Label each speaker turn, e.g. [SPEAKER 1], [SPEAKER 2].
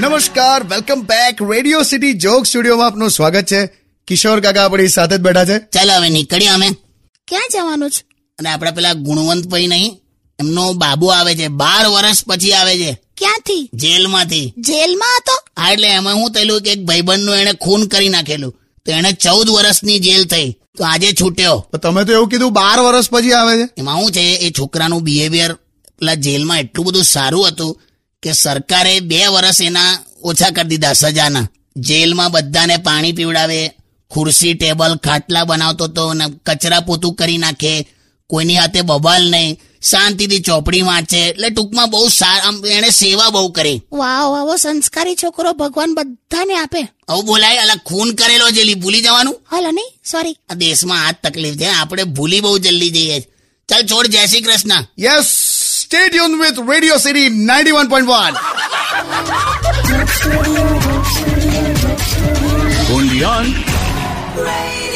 [SPEAKER 1] નમસ્કાર welcome back Radio City joke સ્ટુડિયોમાં આપનું સ્વાગત છે કિશોર કાકા આપણી સાથે જ બેઠા છે
[SPEAKER 2] ચાલ હવે નીકળીએ અમે
[SPEAKER 3] ક્યાં જવાનું છે
[SPEAKER 2] અને આપણે પેલા ગુણવંતભાઈ નહીં એમનો બાબુ આવે છે બાર વર્ષ પછી આવે છે
[SPEAKER 3] ક્યાંથી
[SPEAKER 2] જેલમાંથી
[SPEAKER 3] જેલમાં હતો
[SPEAKER 2] હા એટલે એમાં હું થયેલું કે એક ભાઈબંધનું એણે ખૂન કરી નાખેલું તો એને ચૌદ વર્ષની જેલ થઈ તો આજે છૂટ્યો
[SPEAKER 1] તો તમે તો એવું કીધું બાર વર્ષ પછી આવે છે
[SPEAKER 2] એમાં શું છે એ છોકરાનું બિહેવિયર પેલા જેલમાં એટલું બધું સારું હતું કે સરકારે બે વર્ષ એના ઓછા કરી દીધા સજાના જેલમાં બધાને પાણી પીવડાવે ખુરશી ટેબલ ખાટલા બનાવતો હતો અને કચરા પોતું કરી નાખે કોઈની હાથે બબાલ નહીં શાંતિથી ચોપડી વાંચે એટલે ટૂંકમાં બહુ સાર આમ એણે સેવા બહુ કરી
[SPEAKER 3] વાવ આવો સંસ્કારી છોકરો ભગવાન બધાને આપે
[SPEAKER 2] આવું બોલાય અલા ખૂન કરેલો જેલી ભૂલી જવાનું
[SPEAKER 3] હાલો નહીં સોરી
[SPEAKER 2] આ દેશમાં આ જ તકલીફ છે આપણે ભૂલી બહુ જલ્દી જઈએ છે. ચાલ છોડ જય Shri Krishna
[SPEAKER 1] yes stay tune with Radio City 91.1
[SPEAKER 4] Undian.
[SPEAKER 5] Radio